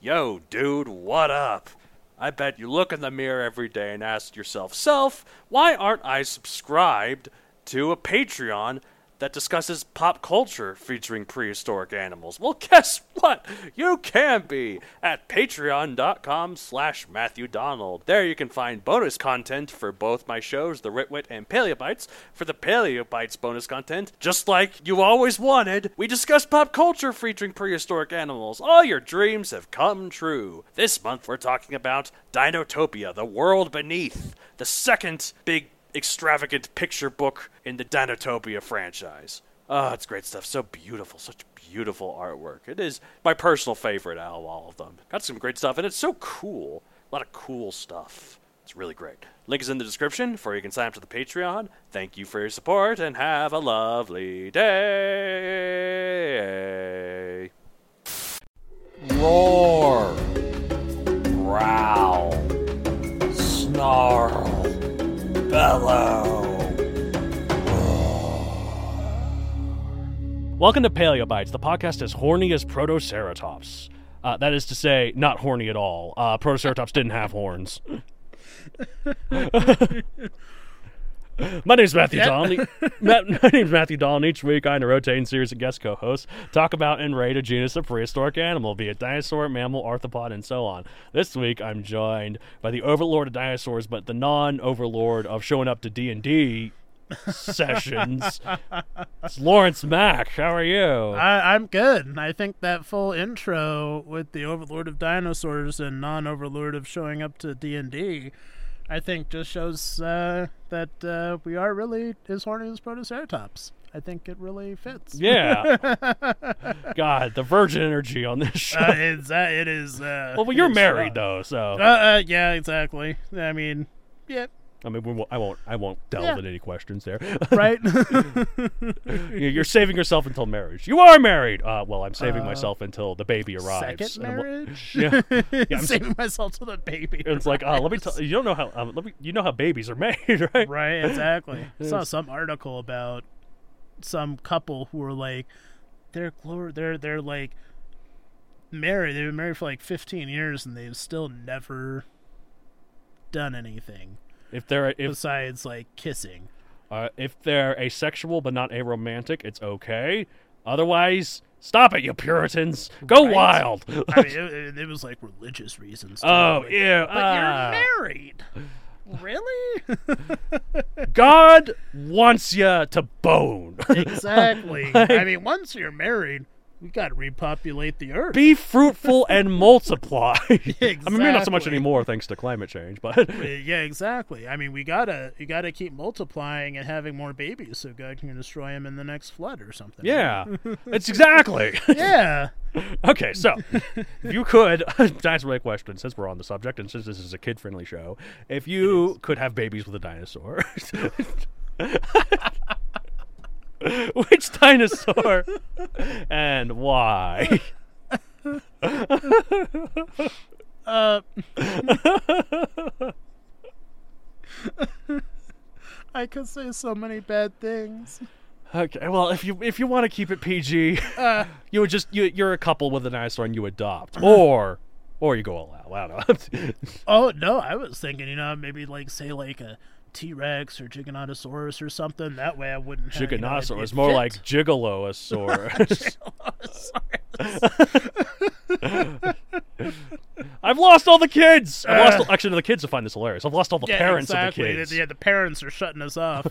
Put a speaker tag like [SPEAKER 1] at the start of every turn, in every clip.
[SPEAKER 1] Yo, dude, what up? I bet you look in the mirror every day and ask yourself, self, why aren't I subscribed to a Patreon that discusses pop culture featuring prehistoric animals? Well, guess what? You can be at patreon.com slash Matthew Donald. There you can find bonus content for both my shows, The Ritwit and Paleobites. For the Paleobites bonus content, just like you always wanted, we discuss pop culture featuring prehistoric animals. All your dreams have come true. This month we're talking about Dinotopia, The World Beneath, the second big extravagant picture book in the Dinotopia franchise. Ah, it's great stuff. So beautiful, such beautiful artwork. It is my personal favorite out of all of them. Got some great stuff, and it's so cool. A lot of cool stuff. It's really great. Link is in the description for you can sign up to the Patreon. Thank you for your support, and have a lovely day.
[SPEAKER 2] Roar. Growl. Snarl. Bellow.
[SPEAKER 1] Welcome to Paleobites, the podcast as horny as Protoceratops. Uh, that is to say, not horny at all. Uh, Protoceratops didn't have horns. my name's Matthew Dolan. Matt, my name's Matthew Dolan. Each week, I and a rotating series of guest co-hosts talk about and rate a genus of prehistoric animal, be it dinosaur, mammal, arthropod, and so on. This week, I'm joined by the overlord of dinosaurs, but the non-overlord of showing up to D and D sessions. It's Lawrence Mack. How are you?
[SPEAKER 3] I, I'm good. I think that full intro with the Overlord of Dinosaurs and non-Overlord of showing up to D and D, I think just shows uh, that uh, we are really as horny as Protoceratops. I think it really fits.
[SPEAKER 1] Yeah. God, the virgin energy on this show.
[SPEAKER 3] uh, it's uh, it is. Uh,
[SPEAKER 1] well, you're
[SPEAKER 3] it's
[SPEAKER 1] married
[SPEAKER 3] strong.
[SPEAKER 1] though, so
[SPEAKER 3] Uh, uh, yeah, exactly. I mean, yeah,
[SPEAKER 1] I mean, we won't, I won't, I won't delve
[SPEAKER 3] Yeah.
[SPEAKER 1] into any questions there.
[SPEAKER 3] right.
[SPEAKER 1] You- You're saving yourself until marriage. You are married. Uh, well, I'm saving myself until the baby arrives.
[SPEAKER 3] Second
[SPEAKER 1] And I'm-
[SPEAKER 3] marriage.
[SPEAKER 1] Yeah. I'm s-
[SPEAKER 3] saving myself to the baby.
[SPEAKER 1] and it's like, uh, let me tell you. Don't know how. Um, let me. You know how babies are made, right?
[SPEAKER 3] Right, exactly. I saw some article about some couple who were like they're glor- they're they're like married. They've been married for like 15 years and they've still never done anything
[SPEAKER 1] If they're if
[SPEAKER 3] besides like kissing.
[SPEAKER 1] uh, if they're asexual but not aromantic, it's okay. Otherwise, stop it, you Puritans. Go
[SPEAKER 3] Right?
[SPEAKER 1] wild.
[SPEAKER 3] I mean, it, it- it was like religious reasons. too.
[SPEAKER 1] oh
[SPEAKER 3] Like,
[SPEAKER 1] yeah. ah.
[SPEAKER 3] but you're married. Really?
[SPEAKER 1] God wants you to bone.
[SPEAKER 3] exactly. I mean, once you're married, we got to repopulate the earth.
[SPEAKER 1] Be fruitful and multiply. I mean, maybe not so much
[SPEAKER 3] Exactly.
[SPEAKER 1] anymore thanks to climate change, but
[SPEAKER 3] Uh, Yeah, exactly. I mean, we gotta you gotta keep multiplying and having more babies so God can destroy them in the next flood or something.
[SPEAKER 1] yeah, it's exactly.
[SPEAKER 3] yeah.
[SPEAKER 1] okay, so if you could, that's my question. Since we're on the subject, and since this is a kid-friendly show, if you could have babies with a dinosaur, which dinosaur and why?
[SPEAKER 3] Uh, I could say so many bad things.
[SPEAKER 1] Okay, well, if you if you want to keep it PG, you would just you, you're a couple with a dinosaur and you adopt, or or you go all out. I don't know.
[SPEAKER 3] Oh no, I was thinking, you know, maybe like say like a T Rex or Giganotosaurus or something. That way, I wouldn't. have, you know, it'd be
[SPEAKER 1] Giganosaur
[SPEAKER 3] a
[SPEAKER 1] is more
[SPEAKER 3] fit.
[SPEAKER 1] like Gigolosaurus. I've lost all the kids. I've lost all, actually no, the kids will find this hilarious. I've lost all the parents
[SPEAKER 3] Uh, exactly.
[SPEAKER 1] of the kids.
[SPEAKER 3] Yeah, the parents are shutting us off.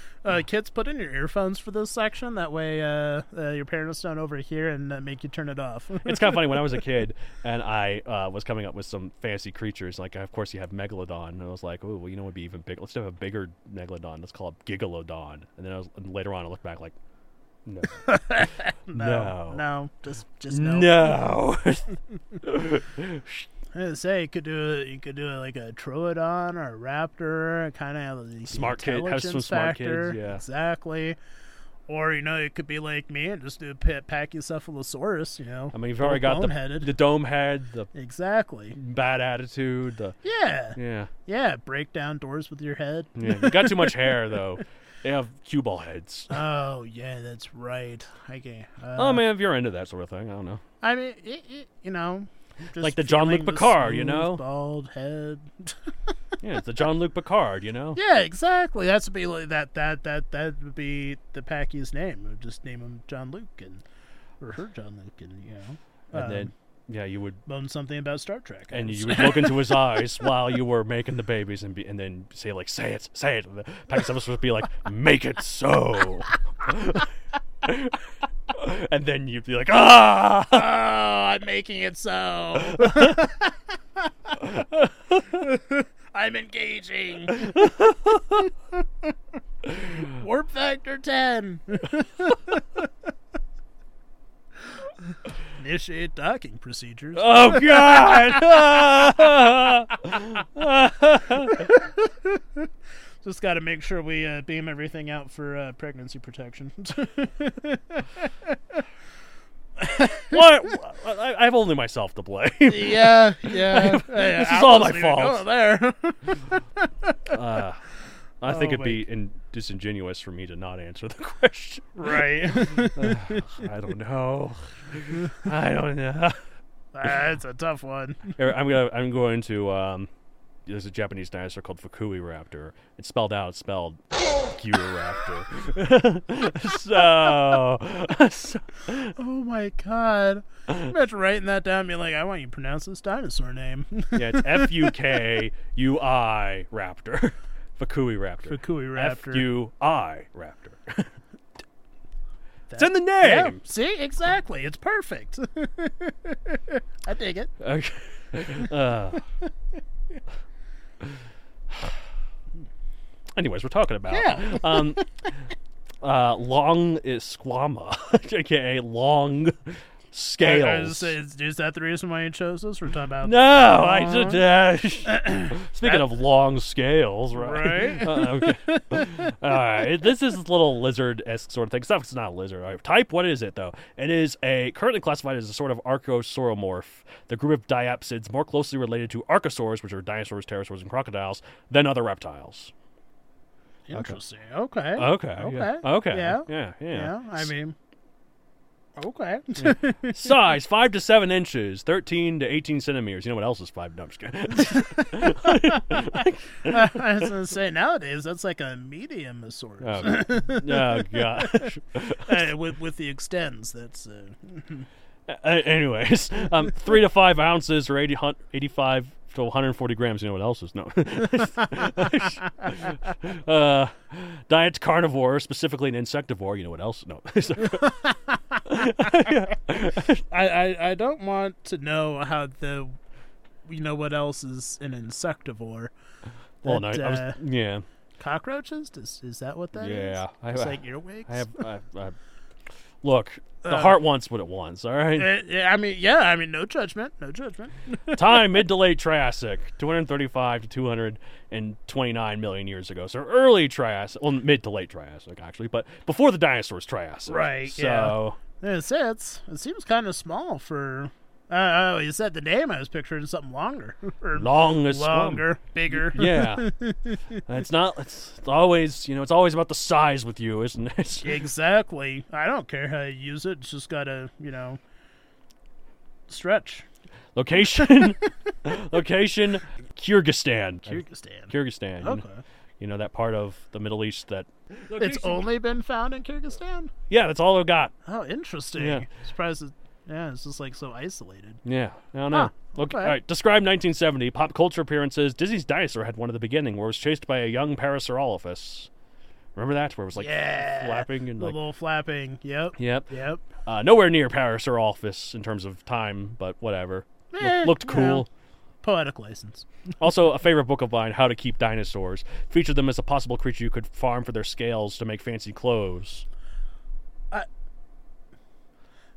[SPEAKER 3] uh, kids, put in your earphones for this section. That way, uh, uh, your parents don't overhear and uh, make you turn it off.
[SPEAKER 1] it's kind of funny when I was a kid and I uh, was coming up with some fancy creatures. Like, of course, you have megalodon, and I was like, "Oh, well, you know, would be even bigger. Let's have a bigger megalodon. Let's call it gigalodon." And then I was, and later on, I looked back like, "No, no,
[SPEAKER 3] no, just just no.
[SPEAKER 1] Oh. no."
[SPEAKER 3] I was gonna say you could do you could do like a troodon or a raptor, kind of the
[SPEAKER 1] Smart kid- have
[SPEAKER 3] intelligence
[SPEAKER 1] some smart
[SPEAKER 3] factor.
[SPEAKER 1] kids, yeah.
[SPEAKER 3] exactly. Or you know, it could be like me and just do a pa- pachycephalosaurus. You know,
[SPEAKER 1] I mean, you've already got the
[SPEAKER 3] headed.
[SPEAKER 1] the dome head, the
[SPEAKER 3] exactly.
[SPEAKER 1] bad attitude, the
[SPEAKER 3] Yeah. yeah,
[SPEAKER 1] yeah,
[SPEAKER 3] Break down doors with your head.
[SPEAKER 1] yeah. You got too much hair though. They have cue ball heads.
[SPEAKER 3] Oh yeah, that's right. Okay. Uh,
[SPEAKER 1] oh man, if you're into that sort of thing, I don't know.
[SPEAKER 3] I mean, it, it, you know, just
[SPEAKER 1] Like the John Luke
[SPEAKER 3] feeling the
[SPEAKER 1] Picard, you
[SPEAKER 3] smooth,
[SPEAKER 1] know?
[SPEAKER 3] bald head.
[SPEAKER 1] Yeah, it's the John Luke Picard, you know.
[SPEAKER 3] Yeah, exactly. That's be like that. That that that would be the Packy's name. We would just name him John Luke and or her John Luke and you know.
[SPEAKER 1] And then yeah, you would
[SPEAKER 3] bone something about Star Trek.
[SPEAKER 1] and
[SPEAKER 3] obviously.
[SPEAKER 1] you would look into his eyes while you were making the babies and be, and then say like say it say it and the Pachycephalosaurus would be like make it so and then you'd be like ah
[SPEAKER 3] oh, I'm making it so. I'm engaging. Warp factor 10. Initiate docking procedures.
[SPEAKER 1] oh god
[SPEAKER 3] Just got to make sure we uh, beam everything out for uh, pregnancy protection.
[SPEAKER 1] what I, I have only myself to blame
[SPEAKER 3] yeah, yeah. this
[SPEAKER 1] is all my fault.
[SPEAKER 3] Oh, There.
[SPEAKER 1] I think
[SPEAKER 3] Oh
[SPEAKER 1] it'd
[SPEAKER 3] my-
[SPEAKER 1] be in, disingenuous for me to not answer the question
[SPEAKER 3] right.
[SPEAKER 1] I don't know I don't know.
[SPEAKER 3] Ah, That's a tough one.
[SPEAKER 1] Here, I'm gonna I'm going to um there's a Japanese dinosaur called Fukui Raptor. It's spelled out, it's spelled Q Raptor. so, so
[SPEAKER 3] Oh my god. Imagine writing that down and being like, I want you to pronounce this dinosaur name.
[SPEAKER 1] yeah, it's F U K U I Raptor. Fukui Raptor.
[SPEAKER 3] Fukui raptor.
[SPEAKER 1] F U I Raptor. it's in the name.
[SPEAKER 3] See, exactly. It's perfect. I dig it.
[SPEAKER 1] Okay. Uh. Anyways, we're talking about
[SPEAKER 3] Yeah.
[SPEAKER 1] um, uh, long is squama, aka long
[SPEAKER 3] I-
[SPEAKER 1] scales.
[SPEAKER 3] I was gonna say, is, is that the reason why you chose this? We're talking about
[SPEAKER 1] no, I did. Uh, speaking of long scales, right?
[SPEAKER 3] Right.
[SPEAKER 1] Uh, okay. All right. This is this little lizard esque sort of thing. It's not, it's not a lizard. All right. Type, what is it, though? It is a currently classified as a sort of archosauromorph, the group of diapsids more closely related to archosaurs, which are dinosaurs, pterosaurs, and crocodiles, than other reptiles.
[SPEAKER 3] interesting. Okay.
[SPEAKER 1] Okay.
[SPEAKER 3] Okay.
[SPEAKER 1] Yeah. Okay.
[SPEAKER 3] Yeah.
[SPEAKER 1] Yeah.
[SPEAKER 3] Yeah.
[SPEAKER 1] Yeah.
[SPEAKER 3] I mean, okay.
[SPEAKER 1] Size five to seven inches, thirteen to eighteen centimeters. You know what else is five? No, I'm just kidding.
[SPEAKER 3] I was gonna say nowadays that's like a medium of sorts.
[SPEAKER 1] Oh, oh gosh.
[SPEAKER 3] Uh, with with the extends, that's uh,
[SPEAKER 1] Uh, anyways, um, three to five ounces or 80, hun- 85 to 140 grams. You know what else is? No. uh, diet carnivore, specifically an insectivore. You know what else? No.
[SPEAKER 3] I, I I don't want to know how the you know what else is an insectivore.
[SPEAKER 1] well, no. I
[SPEAKER 3] That,
[SPEAKER 1] was,
[SPEAKER 3] uh,
[SPEAKER 1] yeah.
[SPEAKER 3] cockroaches? Is is that what that is?
[SPEAKER 1] Yeah, I-
[SPEAKER 3] it's
[SPEAKER 1] I-
[SPEAKER 3] like earwigs.
[SPEAKER 1] I have. I, I, look, the heart wants what it wants. All right.
[SPEAKER 3] Uh, yeah, I mean, yeah, I mean, no judgment, no judgment.
[SPEAKER 1] Time mid to late Triassic, 235 to 229 million years ago. So early Triassic, well, mid to late Triassic actually, but before the dinosaurs, Triassic.
[SPEAKER 3] Right,
[SPEAKER 1] So.
[SPEAKER 3] yeah. It's, it's it seems kind of small for. Uh, oh, you said the name. I was picturing something longer, or
[SPEAKER 1] long as
[SPEAKER 3] longer, bigger.
[SPEAKER 1] Yeah, it's not. It's, it's always you know. It's always about the size with you, isn't it?
[SPEAKER 3] Exactly. I don't care how you use it. It's just gotta, you know, stretch.
[SPEAKER 1] Location, location, Kyrgyzstan.
[SPEAKER 3] Kyrgyzstan.
[SPEAKER 1] Kyrgyzstan. you know.
[SPEAKER 3] Okay.
[SPEAKER 1] you know that part of the Middle East that
[SPEAKER 3] It's only been found in Kyrgyzstan.
[SPEAKER 1] yeah, that's all I've got.
[SPEAKER 3] Oh, interesting.
[SPEAKER 1] Yeah.
[SPEAKER 3] Surprised. It, yeah, it's just like so isolated.
[SPEAKER 1] Yeah, I don't know.
[SPEAKER 3] Huh,
[SPEAKER 1] Look,
[SPEAKER 3] okay.
[SPEAKER 1] all right. Describe 1970 pop culture appearances. Disney's dinosaur had one at the beginning, where it was chased by a young Parasaurolophus. Remember that, where it was like
[SPEAKER 3] Yeah.
[SPEAKER 1] flapping and
[SPEAKER 3] The
[SPEAKER 1] like,
[SPEAKER 3] little flapping. Yep.
[SPEAKER 1] yep,
[SPEAKER 3] Yep.
[SPEAKER 1] Uh, nowhere near Parasaurolophus in terms of time, but whatever. Look-
[SPEAKER 3] Eh,
[SPEAKER 1] looked
[SPEAKER 3] you
[SPEAKER 1] cool.
[SPEAKER 3] Poetic license.
[SPEAKER 1] Also, a favorite book of mine, How to Keep Dinosaurs, featured them as a possible creature you could farm for their scales to make fancy clothes.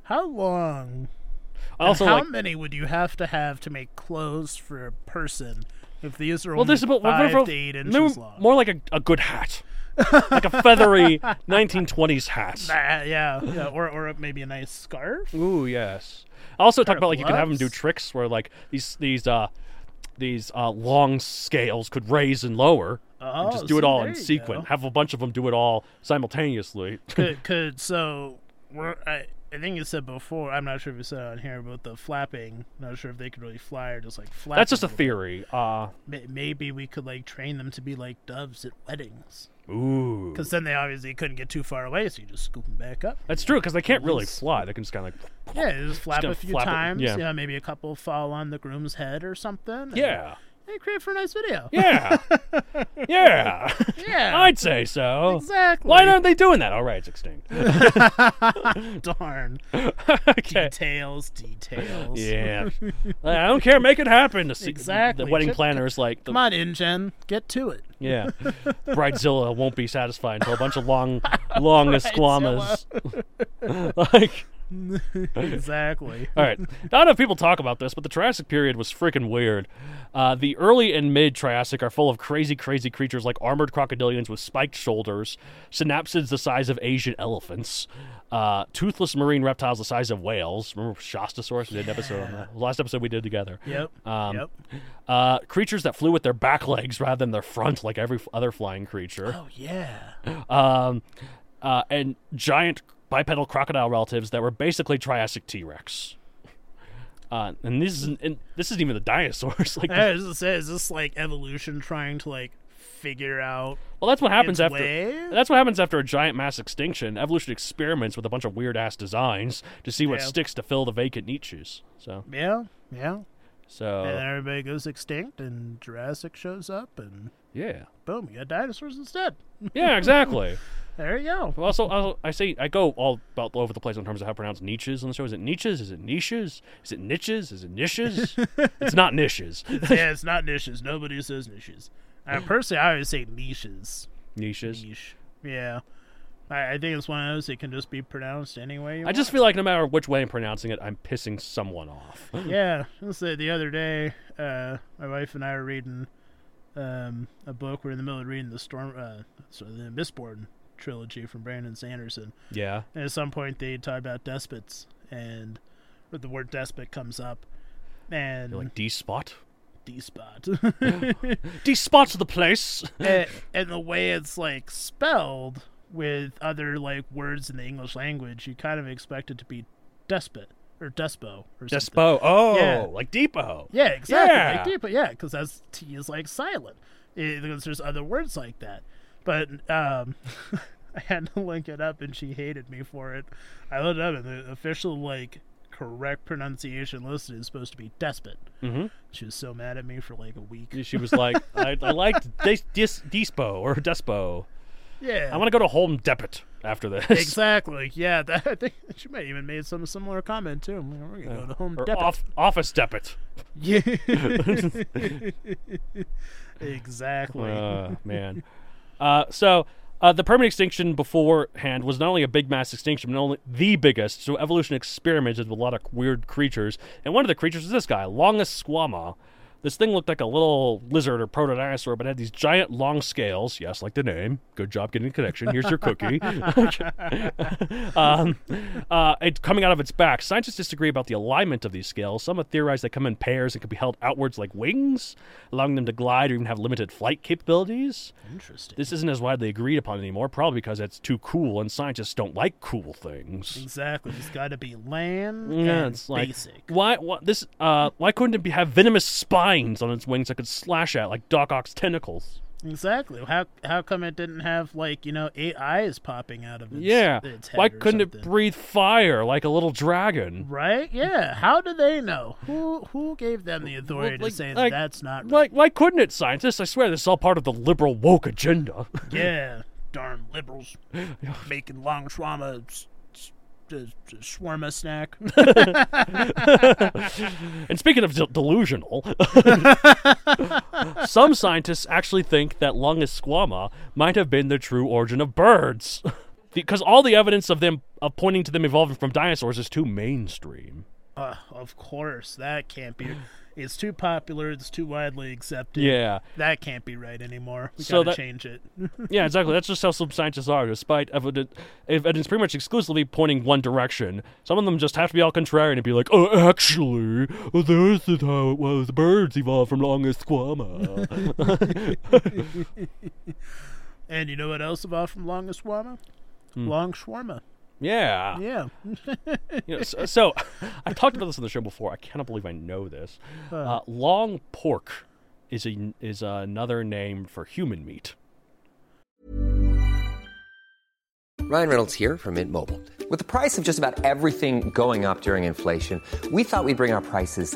[SPEAKER 3] How long?
[SPEAKER 1] I also
[SPEAKER 3] how
[SPEAKER 1] like
[SPEAKER 3] many would you have to have to make clothes for a person if these are
[SPEAKER 1] well,
[SPEAKER 3] only
[SPEAKER 1] this is about what-
[SPEAKER 3] five
[SPEAKER 1] what-
[SPEAKER 3] to eight
[SPEAKER 1] no,
[SPEAKER 3] inches long?
[SPEAKER 1] more like a, a good hat, like a feathery 1920s hat.
[SPEAKER 3] Ah, yeah, yeah, or or maybe a nice scarf.
[SPEAKER 1] Ooh, yes. I also talk about like you can have them do
[SPEAKER 3] gloves?
[SPEAKER 1] tricks where like these these uh these uh long scales could raise and lower. and
[SPEAKER 3] Oh,
[SPEAKER 1] just do it
[SPEAKER 3] see,
[SPEAKER 1] all
[SPEAKER 3] there
[SPEAKER 1] in
[SPEAKER 3] you
[SPEAKER 1] sequence.
[SPEAKER 3] go.
[SPEAKER 1] Have a bunch of them do it all simultaneously.
[SPEAKER 3] Could could so? We're, I I think you said before. I'm not sure if you said it on here, but the flapping. Not sure if they could really fly or just like flap.
[SPEAKER 1] That's just a
[SPEAKER 3] a little.
[SPEAKER 1] theory. Uh
[SPEAKER 3] May- Maybe we could like train them to be like doves at weddings,
[SPEAKER 1] ooh.
[SPEAKER 3] because then they obviously couldn't get too far away, so you just scoop them back up.
[SPEAKER 1] That's true because they can't really fly. They can just kind of like
[SPEAKER 3] Yeah, you just flap
[SPEAKER 1] gonna
[SPEAKER 3] a few
[SPEAKER 1] flap it,
[SPEAKER 3] times.
[SPEAKER 1] yeah.
[SPEAKER 3] Yeah. maybe a couple fall on the groom's head or something. and-
[SPEAKER 1] yeah.
[SPEAKER 3] Hey, create for a nice video.
[SPEAKER 1] Yeah. yeah.
[SPEAKER 3] Yeah.
[SPEAKER 1] I'd say so.
[SPEAKER 3] Exactly.
[SPEAKER 1] Why aren't they doing that? All right, it's extinct.
[SPEAKER 3] Darn.
[SPEAKER 1] okay.
[SPEAKER 3] Details, details.
[SPEAKER 1] Yeah. I don't care. Make it happen. The, se-
[SPEAKER 3] Exactly.
[SPEAKER 1] The wedding
[SPEAKER 3] Just-
[SPEAKER 1] planner is like, the,
[SPEAKER 3] Come on, InGen, get to it.
[SPEAKER 1] Yeah. Bridezilla won't be satisfied until a bunch of long, long esquamas. like,
[SPEAKER 3] Exactly.
[SPEAKER 1] all right. Not enough people talk about this, but the Triassic period was freaking weird. Uh, the early and mid Triassic are full of crazy, crazy creatures like armored crocodilians with spiked shoulders, synapsids the size of Asian elephants, uh, toothless marine reptiles the size of whales. Remember Shostasaurus? We did an episode on that. Last episode we did together.
[SPEAKER 3] Yep.
[SPEAKER 1] Um,
[SPEAKER 3] yep.
[SPEAKER 1] Uh, creatures that flew with their back legs rather than their front, like every f- other flying creature.
[SPEAKER 3] Oh yeah.
[SPEAKER 1] um, uh, and giant bipedal crocodile relatives that were basically Triassic T Rex. Uh, and this isn't and this isn't even the dinosaurs. like,
[SPEAKER 3] I was gonna say, is this like evolution trying to like figure out?
[SPEAKER 1] well, that's what happens
[SPEAKER 3] It's
[SPEAKER 1] after.
[SPEAKER 3] way-
[SPEAKER 1] That's what happens after a giant mass extinction. Evolution experiments with a bunch of weird ass designs to see what
[SPEAKER 3] Yeah.
[SPEAKER 1] sticks to fill the vacant niches. So,
[SPEAKER 3] Yeah. Yeah.
[SPEAKER 1] so
[SPEAKER 3] and then everybody goes extinct, and Jurassic shows up, and
[SPEAKER 1] yeah,
[SPEAKER 3] boom, you got dinosaurs instead.
[SPEAKER 1] yeah, exactly.
[SPEAKER 3] There you go.
[SPEAKER 1] Well, also, also, I say I go all about all over the place in terms of how to pronounce niches on the show. Is it niches? Is it niches? Is it niches? Is it niches? it's not niches.
[SPEAKER 3] yeah, it's not niches. Nobody says niches. Uh, personally, I always say niches.
[SPEAKER 1] Niches.
[SPEAKER 3] Niche. Yeah. I, I think it's one of those that can just be pronounced anyway.
[SPEAKER 1] I just feel like no matter which way I'm pronouncing it, I'm pissing someone off.
[SPEAKER 3] yeah. Let's say the other day, uh, my wife and I were reading um, a book. We're in the middle of reading the Storm, uh, sort of the Mistborn trilogy from Brandon Sanderson.
[SPEAKER 1] Yeah.
[SPEAKER 3] And at some point, they talk about despots, and the word despot comes up, and
[SPEAKER 1] You're like Oh. D spot.
[SPEAKER 3] despot.
[SPEAKER 1] D spot's the place.
[SPEAKER 3] and, and the way it's like spelled with other like words in the English language, you kind of expect it to be despot or despo or something.
[SPEAKER 1] Despo. Oh,
[SPEAKER 3] Yeah.
[SPEAKER 1] like depot.
[SPEAKER 3] Yeah, exactly.
[SPEAKER 1] Yeah.
[SPEAKER 3] Like deep, but yeah, because that's T is like silent. It- because there's other words like that. But um, I had to link it up, and she hated me for it. I looked it up, and the official like correct pronunciation listed is supposed to be despot. Mm-hmm. She was so mad at me for like a week.
[SPEAKER 1] She was like, I, I liked dis, dis, Despo or Despo.
[SPEAKER 3] Yeah,
[SPEAKER 1] I want to go to Home Depot after this.
[SPEAKER 3] Exactly. Yeah, that, I think she might even made some similar comment too. I'm like, We're gonna go to Home
[SPEAKER 1] Or
[SPEAKER 3] Depot.
[SPEAKER 1] off, Office Depot.
[SPEAKER 3] Yeah. exactly.
[SPEAKER 1] Uh, man. Uh, so uh, the permanent extinction beforehand was not only a big mass extinction, but only the biggest. So evolution experimented with a lot of weird creatures, and one of the creatures is this guy, Longus squama. This thing looked like a little lizard or proto dinosaur, but had these giant long scales. Yes, like the name. Good job getting the connection. Here's your cookie. um, uh, it's coming out of its back. Scientists disagree about the alignment of these scales. Some have theorized they come in pairs and can be held outwards like wings, allowing them to glide or even have limited flight capabilities.
[SPEAKER 3] Interesting.
[SPEAKER 1] This isn't as widely agreed upon anymore, probably because it's too cool and scientists don't like cool things.
[SPEAKER 3] exactly. It's got to be land
[SPEAKER 1] Yeah,
[SPEAKER 3] and
[SPEAKER 1] it's like
[SPEAKER 3] basic.
[SPEAKER 1] why, why this uh why couldn't it be, have venomous spines on its wings that could slash at like Doc Ock's tentacles?
[SPEAKER 3] Exactly. How how come it didn't have like you know eight eyes popping out of its
[SPEAKER 1] yeah.
[SPEAKER 3] Its head
[SPEAKER 1] Why
[SPEAKER 3] or
[SPEAKER 1] couldn't it
[SPEAKER 3] something?
[SPEAKER 1] breathe fire like a little dragon?
[SPEAKER 3] Right? Yeah. How do they know? Who who gave them the authority
[SPEAKER 1] like-
[SPEAKER 3] to say
[SPEAKER 1] like-
[SPEAKER 3] that that's not right?
[SPEAKER 1] Like, why couldn't it, scientists? I swear this is all part of the liberal woke agenda.
[SPEAKER 3] Yeah, darn liberals making long shawarma s- s- s- shawarma snack.
[SPEAKER 1] And speaking of del- delusional, some scientists actually think that Lungus squama might have been the true origin of birds, because all the evidence of them of pointing to them evolving from dinosaurs is too mainstream.
[SPEAKER 3] uh, of course, that can't be. It's too popular. It's too widely accepted.
[SPEAKER 1] Yeah,
[SPEAKER 3] That can't be right anymore. We
[SPEAKER 1] So
[SPEAKER 3] gotta
[SPEAKER 1] that-
[SPEAKER 3] change it.
[SPEAKER 1] yeah, exactly. That's just how some scientists are. Despite evidence, evidence pretty much exclusively pointing one direction, some of them just have to be all contrarian and be like, "Oh, actually, this is how it was. Birds evolved from Lungus squama."
[SPEAKER 3] And you know what else about from long shawarma? Long shawarma.
[SPEAKER 1] yeah.
[SPEAKER 3] Yeah.
[SPEAKER 1] You know, so, so I talked about this on the show before. I cannot believe I know this. Uh, long pork is a, is another name for human meat.
[SPEAKER 4] Ryan Reynolds here from Mint Mobile. With the price of just about everything going up during inflation, we thought we'd bring our prices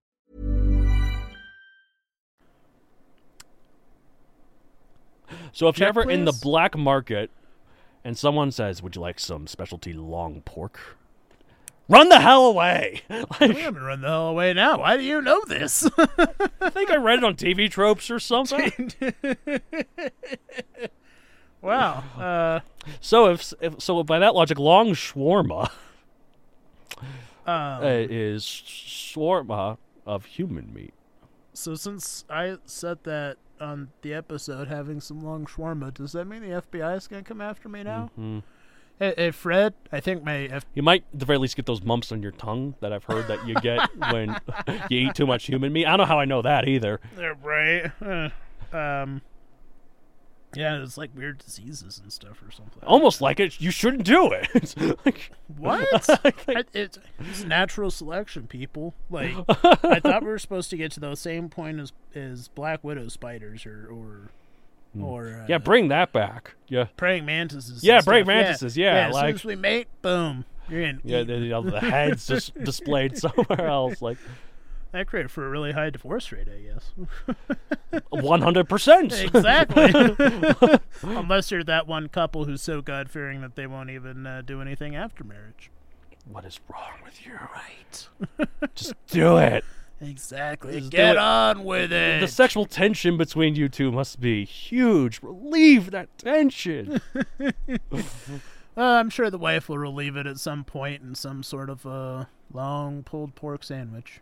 [SPEAKER 1] So if you're
[SPEAKER 3] Check,
[SPEAKER 1] ever in the
[SPEAKER 3] please.
[SPEAKER 1] black market and someone says, "Would you like some specialty long pork?" Run the hell away!
[SPEAKER 3] we haven't run the hell away now. Why do you know this?
[SPEAKER 1] I think I read it on TV tropes or something.
[SPEAKER 3] wow. Uh,
[SPEAKER 1] so if, if so, by that logic, long shawarma uh, is shawarma of human meat.
[SPEAKER 3] so since I said that on the episode, having some long shawarma, does that mean the FBI is gonna come after me now? Hey, hey, Fred. I think my F-
[SPEAKER 1] You might, at the very least, get those mumps on your tongue that I've heard that you get when you eat too much human meat. I don't know how I know that either.
[SPEAKER 3] They're right. Uh, um, yeah, it's like weird diseases and stuff or something.
[SPEAKER 1] Almost like it. You shouldn't do it. It's like-
[SPEAKER 3] What? I, it's, it's natural selection, people. Like I thought we were supposed to get to the same point as as black widow spiders or or or
[SPEAKER 1] Hmm.
[SPEAKER 3] uh,
[SPEAKER 1] yeah, bring that back. Yeah,
[SPEAKER 3] praying mantises.
[SPEAKER 1] Yeah,
[SPEAKER 3] and
[SPEAKER 1] praying
[SPEAKER 3] stuff.
[SPEAKER 1] mantises, yeah,
[SPEAKER 3] as
[SPEAKER 1] like-
[SPEAKER 3] soon as we mate, boom, you're in.
[SPEAKER 1] yeah. The, the, the heads just displayed somewhere else, like
[SPEAKER 3] that created for a really high divorce rate, I guess.
[SPEAKER 1] one hundred percent.
[SPEAKER 3] Exactly. Unless you're that one couple who's so God fearing that they won't even uh, do anything after marriage.
[SPEAKER 1] What is wrong with you? Right. Just do it.
[SPEAKER 3] Exactly.
[SPEAKER 1] Just do
[SPEAKER 3] Get
[SPEAKER 1] it.
[SPEAKER 3] on with it.
[SPEAKER 1] The sexual tension between you two must be huge. Relieve that tension.
[SPEAKER 3] Uh, I'm sure the wife will relieve it at some point in some sort of uh, long pulled pork sandwich.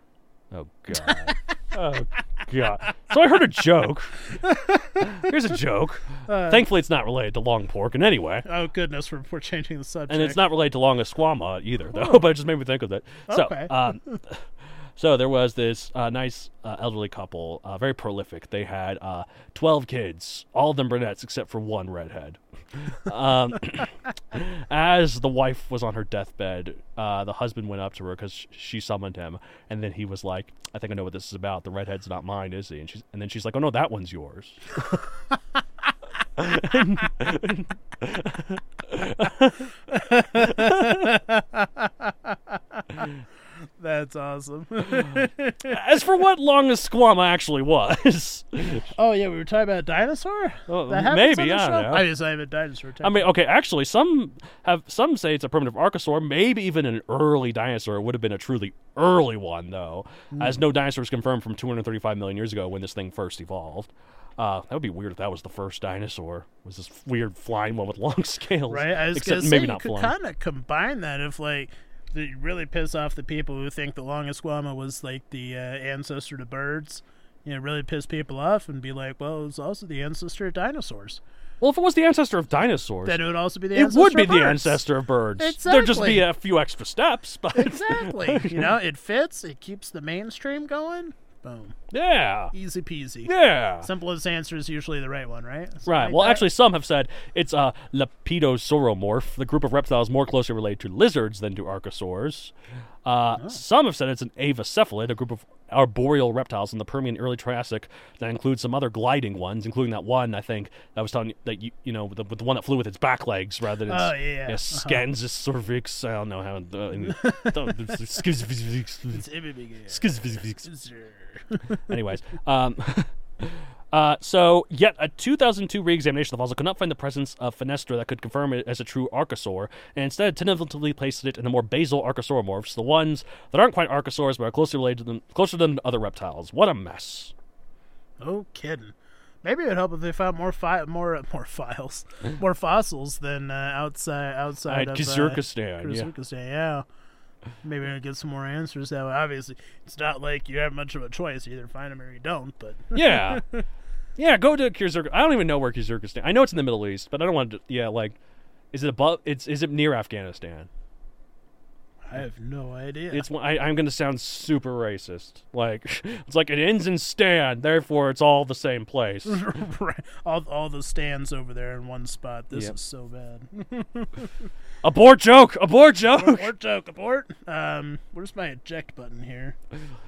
[SPEAKER 1] Oh god. oh god. So I heard a joke. Here's a joke. Thankfully, it's not related to long pork in any way,
[SPEAKER 3] Oh goodness, we're, we're changing the subject.
[SPEAKER 1] and it's not related to long esquama either, though. But it just made me think of that.
[SPEAKER 3] Okay.
[SPEAKER 1] So, um, so there was this uh, nice uh, elderly couple, uh, very prolific. They had uh, twelve kids, all of them brunettes except for one redhead. Um, as the wife was on her deathbed, uh, the husband went up to her because she summoned him, and then he was like, "I think I know what this is about. The redhead's not mine, is he?" And she's, and then she's like, "Oh no, that one's yours."
[SPEAKER 3] that That's awesome.
[SPEAKER 1] As for what long as Squama actually was,
[SPEAKER 3] oh yeah, we were talking about a dinosaur.
[SPEAKER 1] Oh,
[SPEAKER 3] that happens
[SPEAKER 1] maybe, I
[SPEAKER 3] on the
[SPEAKER 1] don't
[SPEAKER 3] show?
[SPEAKER 1] know.
[SPEAKER 3] I just I have a dinosaur.
[SPEAKER 1] I mean, okay, actually, some have some say it's a primitive archosaur, maybe even an early dinosaur. It would have been a truly early one, though,
[SPEAKER 3] Hmm.
[SPEAKER 1] as no dinosaur is confirmed from 235 million years ago when this thing first evolved. Uh, that would be weird if that was the first dinosaur. Was this weird flying one with long scales?
[SPEAKER 3] right? I was
[SPEAKER 1] Except
[SPEAKER 3] gonna
[SPEAKER 1] maybe
[SPEAKER 3] say
[SPEAKER 1] not
[SPEAKER 3] you could
[SPEAKER 1] flying.
[SPEAKER 3] kind of combine that if like the, you really piss off the people who think the longest guama was like the uh, ancestor to birds. You know, really piss people off and be like, well, it's also the ancestor of dinosaurs.
[SPEAKER 1] well, if it was the ancestor of dinosaurs,
[SPEAKER 3] Then it would also be the
[SPEAKER 1] it
[SPEAKER 3] ancestor
[SPEAKER 1] would be
[SPEAKER 3] of birds.
[SPEAKER 1] the ancestor of birds. There'd just be
[SPEAKER 3] Exactly.
[SPEAKER 1] a few extra steps, but
[SPEAKER 3] Exactly. you know, it fits. It keeps the mainstream going. Boom.
[SPEAKER 1] yeah,
[SPEAKER 3] Easy peasy.
[SPEAKER 1] yeah.
[SPEAKER 3] Simplest answer is usually the right one, right? Something
[SPEAKER 1] Right.
[SPEAKER 3] like
[SPEAKER 1] Well,
[SPEAKER 3] that?
[SPEAKER 1] actually, some have said it's uh, Lepidosauramorph, the group of reptiles more closely related to lizards than to archosaurs. Uh,
[SPEAKER 3] Ah.
[SPEAKER 1] Some have said it's an avacephalid, a group of arboreal reptiles in the Permian early Triassic that includes some other gliding ones, including that one I think that I was telling you that you you know with the, with the one that flew with its back legs rather than its
[SPEAKER 3] Oh, yeah, yeah.
[SPEAKER 1] scans its cervix. I don't know how.
[SPEAKER 3] It's Ibibigay.
[SPEAKER 1] Uh, Anyways, um, uh, so yet a 2002 re-examination of the fossil could not find the presence of Fenestra that could confirm it as a true archosaur, and instead tentatively placed it in the more basal archosauromorphs, the ones that aren't quite archosaurs but are closely related to them, closer to them than other reptiles. What a mess!
[SPEAKER 3] No kidding. Maybe it would help if they found more fi- more more files, more fossils than uh, outside outside
[SPEAKER 1] Uh,
[SPEAKER 3] of
[SPEAKER 1] Kazakhstan,
[SPEAKER 3] Uh,
[SPEAKER 1] yeah.
[SPEAKER 3] Kazakhstan, yeah. Maybe we'll get some more answers that way. Obviously, it's not like you have much of a choice. You either find them or you don't. But
[SPEAKER 1] Yeah, yeah. Go to Kyrgyzstan. I don't even know where Kyrgyzstan. I know it's in the Middle East, but I don't want to. Yeah, like, is it above? It's is it near Afghanistan?
[SPEAKER 3] I have no idea.
[SPEAKER 1] It's I, I'm going to sound super racist. Like it's like it ends in stand, therefore it's all the same place.
[SPEAKER 3] Right. all all the stands over there in one spot. This
[SPEAKER 1] Yep.
[SPEAKER 3] is so bad.
[SPEAKER 1] abort joke, abort joke.
[SPEAKER 3] abort joke abort. uh, Um, where's my eject button here?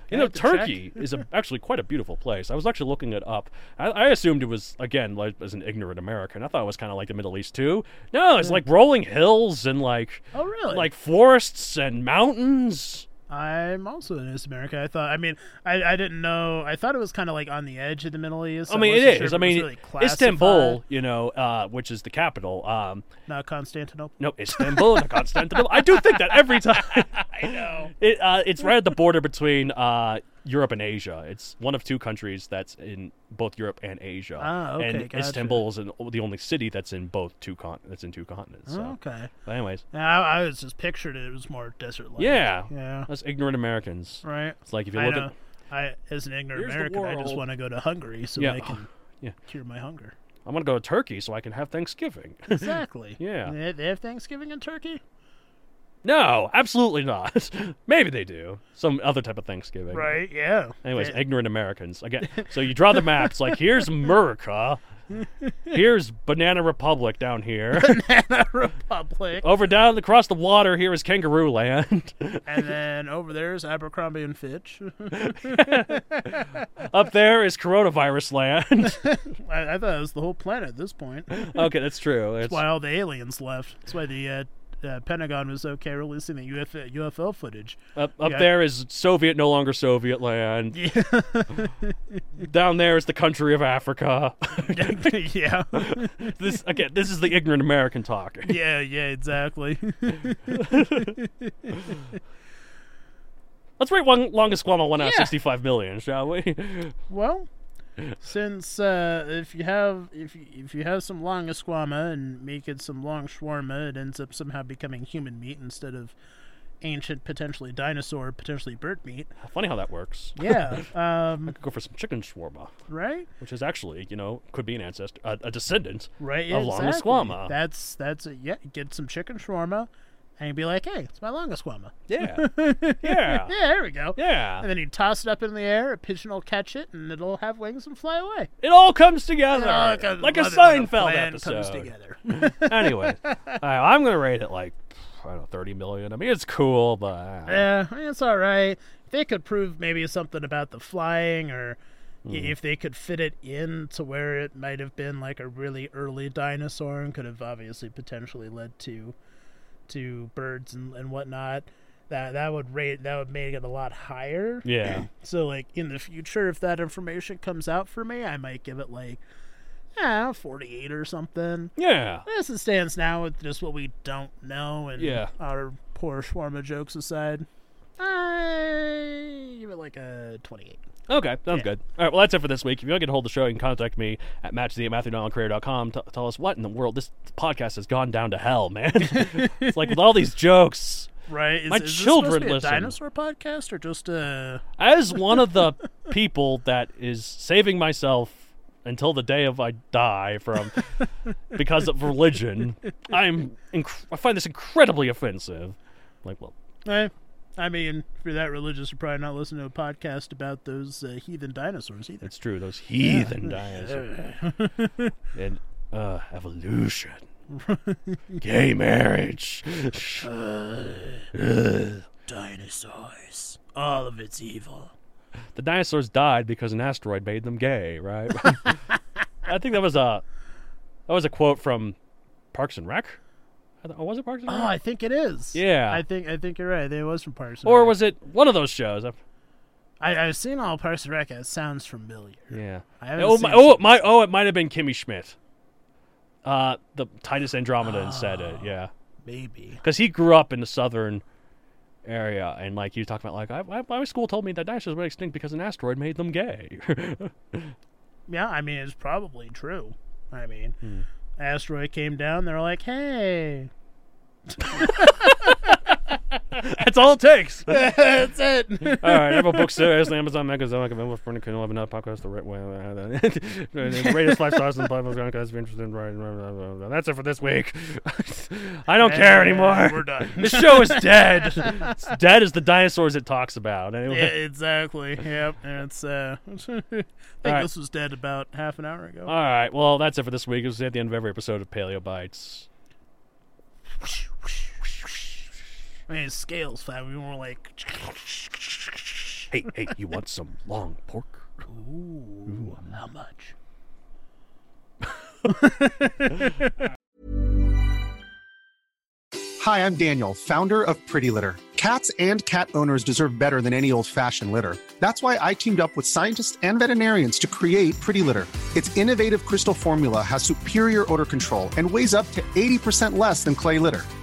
[SPEAKER 1] You know,
[SPEAKER 3] have to check.
[SPEAKER 1] Turkey is a, actually quite a beautiful place. I was actually looking it up. I, I assumed it was again like as an ignorant American. I thought it was kind of like the Middle East too. No, it's like rolling hills and like
[SPEAKER 3] Hmm. Oh, really?
[SPEAKER 1] like forests and mountains.
[SPEAKER 3] I'm also in East America. I thought. I mean, I, I didn't know. I thought it was kind of like on the edge of the Middle East.
[SPEAKER 1] I mean,
[SPEAKER 3] wasn't
[SPEAKER 1] it
[SPEAKER 3] sure
[SPEAKER 1] is.
[SPEAKER 3] if
[SPEAKER 1] I mean,
[SPEAKER 3] was really
[SPEAKER 1] Istanbul,
[SPEAKER 3] classified.
[SPEAKER 1] you know, uh, which is the capital. Um,
[SPEAKER 3] not Constantinople.
[SPEAKER 1] No, Istanbul, not Constantinople. I do think that every time. I know. It, uh, it's right at the border between uh, Europe and Asia. It's one of two countries that's in both Europe and Asia.
[SPEAKER 3] Ah, okay,
[SPEAKER 1] And
[SPEAKER 3] gotcha.
[SPEAKER 1] Istanbul is in, the only city that's in both two con- that's in two continents. So.
[SPEAKER 3] Okay.
[SPEAKER 1] But anyways,
[SPEAKER 3] Now I was just pictured it. It was more desert like.
[SPEAKER 1] yeah,
[SPEAKER 3] Yeah.
[SPEAKER 1] us ignorant Americans.
[SPEAKER 3] Right.
[SPEAKER 1] It's like if you
[SPEAKER 3] I
[SPEAKER 1] look
[SPEAKER 3] know.
[SPEAKER 1] at
[SPEAKER 3] I, as an ignorant
[SPEAKER 1] Here's the
[SPEAKER 3] American, I just
[SPEAKER 1] world.
[SPEAKER 3] want to go to Hungary so
[SPEAKER 1] Yeah.
[SPEAKER 3] I can
[SPEAKER 1] Yeah.
[SPEAKER 3] cure my hunger.
[SPEAKER 1] I'm gonna go to Turkey so I can have Thanksgiving.
[SPEAKER 3] Exactly.
[SPEAKER 1] Yeah.
[SPEAKER 3] They, they have Thanksgiving in Turkey.
[SPEAKER 1] no, absolutely not. Maybe they do some other type of Thanksgiving.
[SPEAKER 3] Right. Yeah.
[SPEAKER 1] Anyways,
[SPEAKER 3] They-
[SPEAKER 1] ignorant Americans. Again, so you draw the maps like here's America, here's Banana Republic down here,
[SPEAKER 3] Republic.
[SPEAKER 1] over down across the water here is Kangaroo Land,
[SPEAKER 3] And then over there is Abercrombie and Fitch.
[SPEAKER 1] up there is Coronavirus Land.
[SPEAKER 3] I, I thought it was the whole planet at this point.
[SPEAKER 1] okay, that's true. It's-
[SPEAKER 3] why all the aliens left. That's why the uh, uh, Pentagon was okay releasing the UFO, UFO footage.
[SPEAKER 1] up up
[SPEAKER 3] Yeah.
[SPEAKER 1] there is Soviet, no longer Soviet land. down there is the country of Africa.
[SPEAKER 3] yeah,
[SPEAKER 1] this again, this is the ignorant American talk.
[SPEAKER 3] yeah, yeah, exactly.
[SPEAKER 1] Let's rate one longest squam on one out of sixty-five million, shall we?
[SPEAKER 3] well, since uh, if you have if you, if you have some long asquama and make it some long shawarma, it ends up somehow becoming human meat instead of ancient, potentially dinosaur, potentially bird meat.
[SPEAKER 1] Funny how that works.
[SPEAKER 3] Yeah, um,
[SPEAKER 1] Go for some chicken shawarma.
[SPEAKER 3] right.
[SPEAKER 1] which is actually, you know, could be an ancestor, a, a descendant
[SPEAKER 3] Right,
[SPEAKER 1] of
[SPEAKER 3] exactly.
[SPEAKER 1] Lama Squama.
[SPEAKER 3] That's that's it. Yeah, get some chicken shawarma, and you'd be like, "Hey, it's my longest shawarma."
[SPEAKER 1] yeah. yeah.
[SPEAKER 3] Yeah, there we go.
[SPEAKER 1] Ah. Yeah.
[SPEAKER 3] And then you toss it up in the air, a pigeon will catch it, and it'll have wings and fly away.
[SPEAKER 1] It all comes together like a Seinfeld
[SPEAKER 3] Comes
[SPEAKER 1] episode.
[SPEAKER 3] together.
[SPEAKER 1] anyway, I, I'm going to rate it like, I don't know, 30 million. I mean, it's cool, but I don't know.
[SPEAKER 3] yeah, I mean, eh, it's all right. If they could prove maybe something about the flying, or i- if they could fit it in to where it might have been like a really early dinosaur and could have obviously potentially led to to birds and, and whatnot. that that would rate that would make it a lot higher.
[SPEAKER 1] Yeah.
[SPEAKER 3] So like in the future, if that information comes out for me, I might give it like yeah, forty eight or something.
[SPEAKER 1] Yeah.
[SPEAKER 3] As it stands now, with just what we don't know and
[SPEAKER 1] Yeah.
[SPEAKER 3] our poor shawarma jokes aside, I give it like a twenty eight.
[SPEAKER 1] Okay, sounds
[SPEAKER 3] Yeah.
[SPEAKER 1] good. All right, well, that's it for this week. If you want to get a hold of the show, you can contact me at matchd at matthewdonaldcreator.com. T- tell us what in the world this podcast has gone down to hell, man. it's like with all these jokes.
[SPEAKER 3] Right? Is,
[SPEAKER 1] My
[SPEAKER 3] is this supposed
[SPEAKER 1] children
[SPEAKER 3] to be a
[SPEAKER 1] listen.
[SPEAKER 3] dinosaur podcast or just a
[SPEAKER 1] As one of the people that is saving myself until the day of I die from because of religion, I'm inc- I find this incredibly offensive. Like, well,
[SPEAKER 3] I, eh, I mean, if you're that religious, you're probably not listening to a podcast about those uh, heathen dinosaurs either.
[SPEAKER 1] it's true. Those heathen dinosaurs and uh, evolution, gay marriage.
[SPEAKER 3] Dinosaurs. All of it's evil.
[SPEAKER 1] the dinosaurs died because an asteroid made them gay, right? I think that was a that was a quote from Parks and Rec. I th- was it Parks and Rec?
[SPEAKER 3] Oh, I think it is.
[SPEAKER 1] Yeah.
[SPEAKER 3] I think I think you're right. I think it was from Parks. and
[SPEAKER 1] or
[SPEAKER 3] Rec.
[SPEAKER 1] was it one of those shows? I,
[SPEAKER 3] I, I've seen all Parks and Rec. It sounds familiar.
[SPEAKER 1] yeah.
[SPEAKER 3] I haven't
[SPEAKER 1] oh
[SPEAKER 3] seen
[SPEAKER 1] my!
[SPEAKER 3] it
[SPEAKER 1] Oh
[SPEAKER 3] since.
[SPEAKER 1] my! Oh, it might have been Kimmy Schmidt. Uh, the Titus Andromeda said it.
[SPEAKER 3] Ah.
[SPEAKER 1] Yeah,
[SPEAKER 3] Maybe.
[SPEAKER 1] because he grew up in the southern area, and like you talk about, like I, I, my school told me that dinosaurs went extinct because an asteroid made them gay.
[SPEAKER 3] Yeah, I mean it's probably true. I mean,
[SPEAKER 1] Hmm.
[SPEAKER 3] asteroid came down. They're like, hey,
[SPEAKER 1] That's all it takes.
[SPEAKER 3] that's it.
[SPEAKER 1] All right, Apple Books, Seriously, Amazon, Magazine, available for Nick Canola, another podcast, The Right Way. Rate us five stars on the platform, guys, if you're interested in writing. blah, blah, blah, blah. That's it for this week. I don't care anymore.
[SPEAKER 3] We're done.
[SPEAKER 1] The show is dead. it's dead as the dinosaurs it talks about. Anyway.
[SPEAKER 3] yeah, exactly. Yep. And it's uh, I think
[SPEAKER 1] right.
[SPEAKER 3] this was dead about half an hour ago.
[SPEAKER 1] All right, well, that's it for this week. It was at the end of every episode of Paleo Bites.
[SPEAKER 3] I mean, scales flat. We were like,
[SPEAKER 1] Hey, hey, you want some long pork?
[SPEAKER 3] ooh, how much?
[SPEAKER 5] Hi, I'm Daniel, founder of Pretty Litter. Cats and cat owners deserve better than any old fashioned litter. That's why I teamed up with scientists and veterinarians to create Pretty Litter. Its innovative crystal formula has superior odor control and weighs up to 80% less than clay litter.